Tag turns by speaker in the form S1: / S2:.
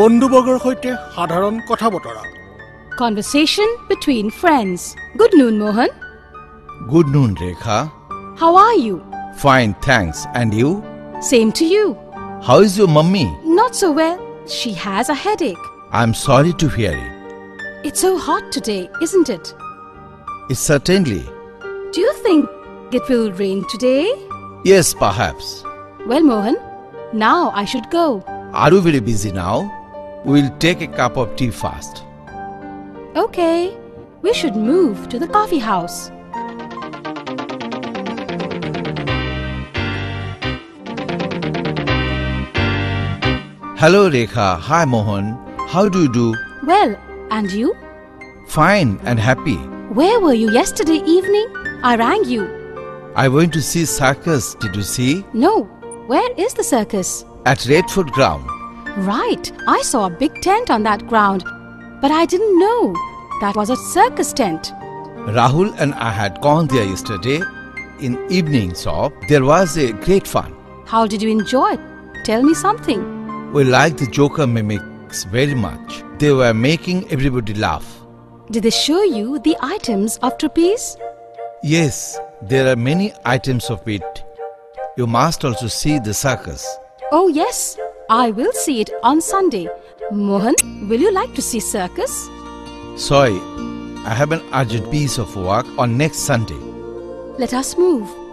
S1: বন্ধুবৰ্গৰ সৈতে সাধাৰণ কথা বতৰা
S2: Conversation between friends. Good noon, Mohan.
S3: Good noon, Rekha.
S2: How are you?
S3: Fine, thanks. And you?
S2: Same to you.
S3: How is your mummy?
S2: Not so well. She has a headache.
S3: I'm sorry to hear it.
S2: It's so hot today, isn't it?
S3: It's certainly.
S2: Do you think it will rain today?
S3: Yes, perhaps.
S2: Well, Mohan, now I should go.
S3: Are you very busy now? We'll take a cup of tea first.
S2: Okay, we should move to the coffee house.
S3: Hello, Rekha. Hi, Mohan. How do you do?
S2: Well, and you?
S3: Fine and happy.
S2: Where were you yesterday evening? I rang you.
S3: I went to see circus. Did you see?
S2: No, where is the circus?
S3: At Redford Ground.
S2: Right, I saw a big tent on that ground, but I didn't know that was a circus tent.
S3: Rahul and I had gone there yesterday. In evening shop, there was a great fun.
S2: How did you enjoy it? Tell me something.
S3: We liked the Joker mimics very much. They were making everybody laugh.
S2: Did they show you the items of trapeze?
S3: Yes, there are many items of it. You must also see the circus.
S2: Oh, yes, I will see it on Sunday. Mohan, will you like to see circus?
S3: Sorry, I have an urgent piece of work on next Sunday.
S2: Let us move.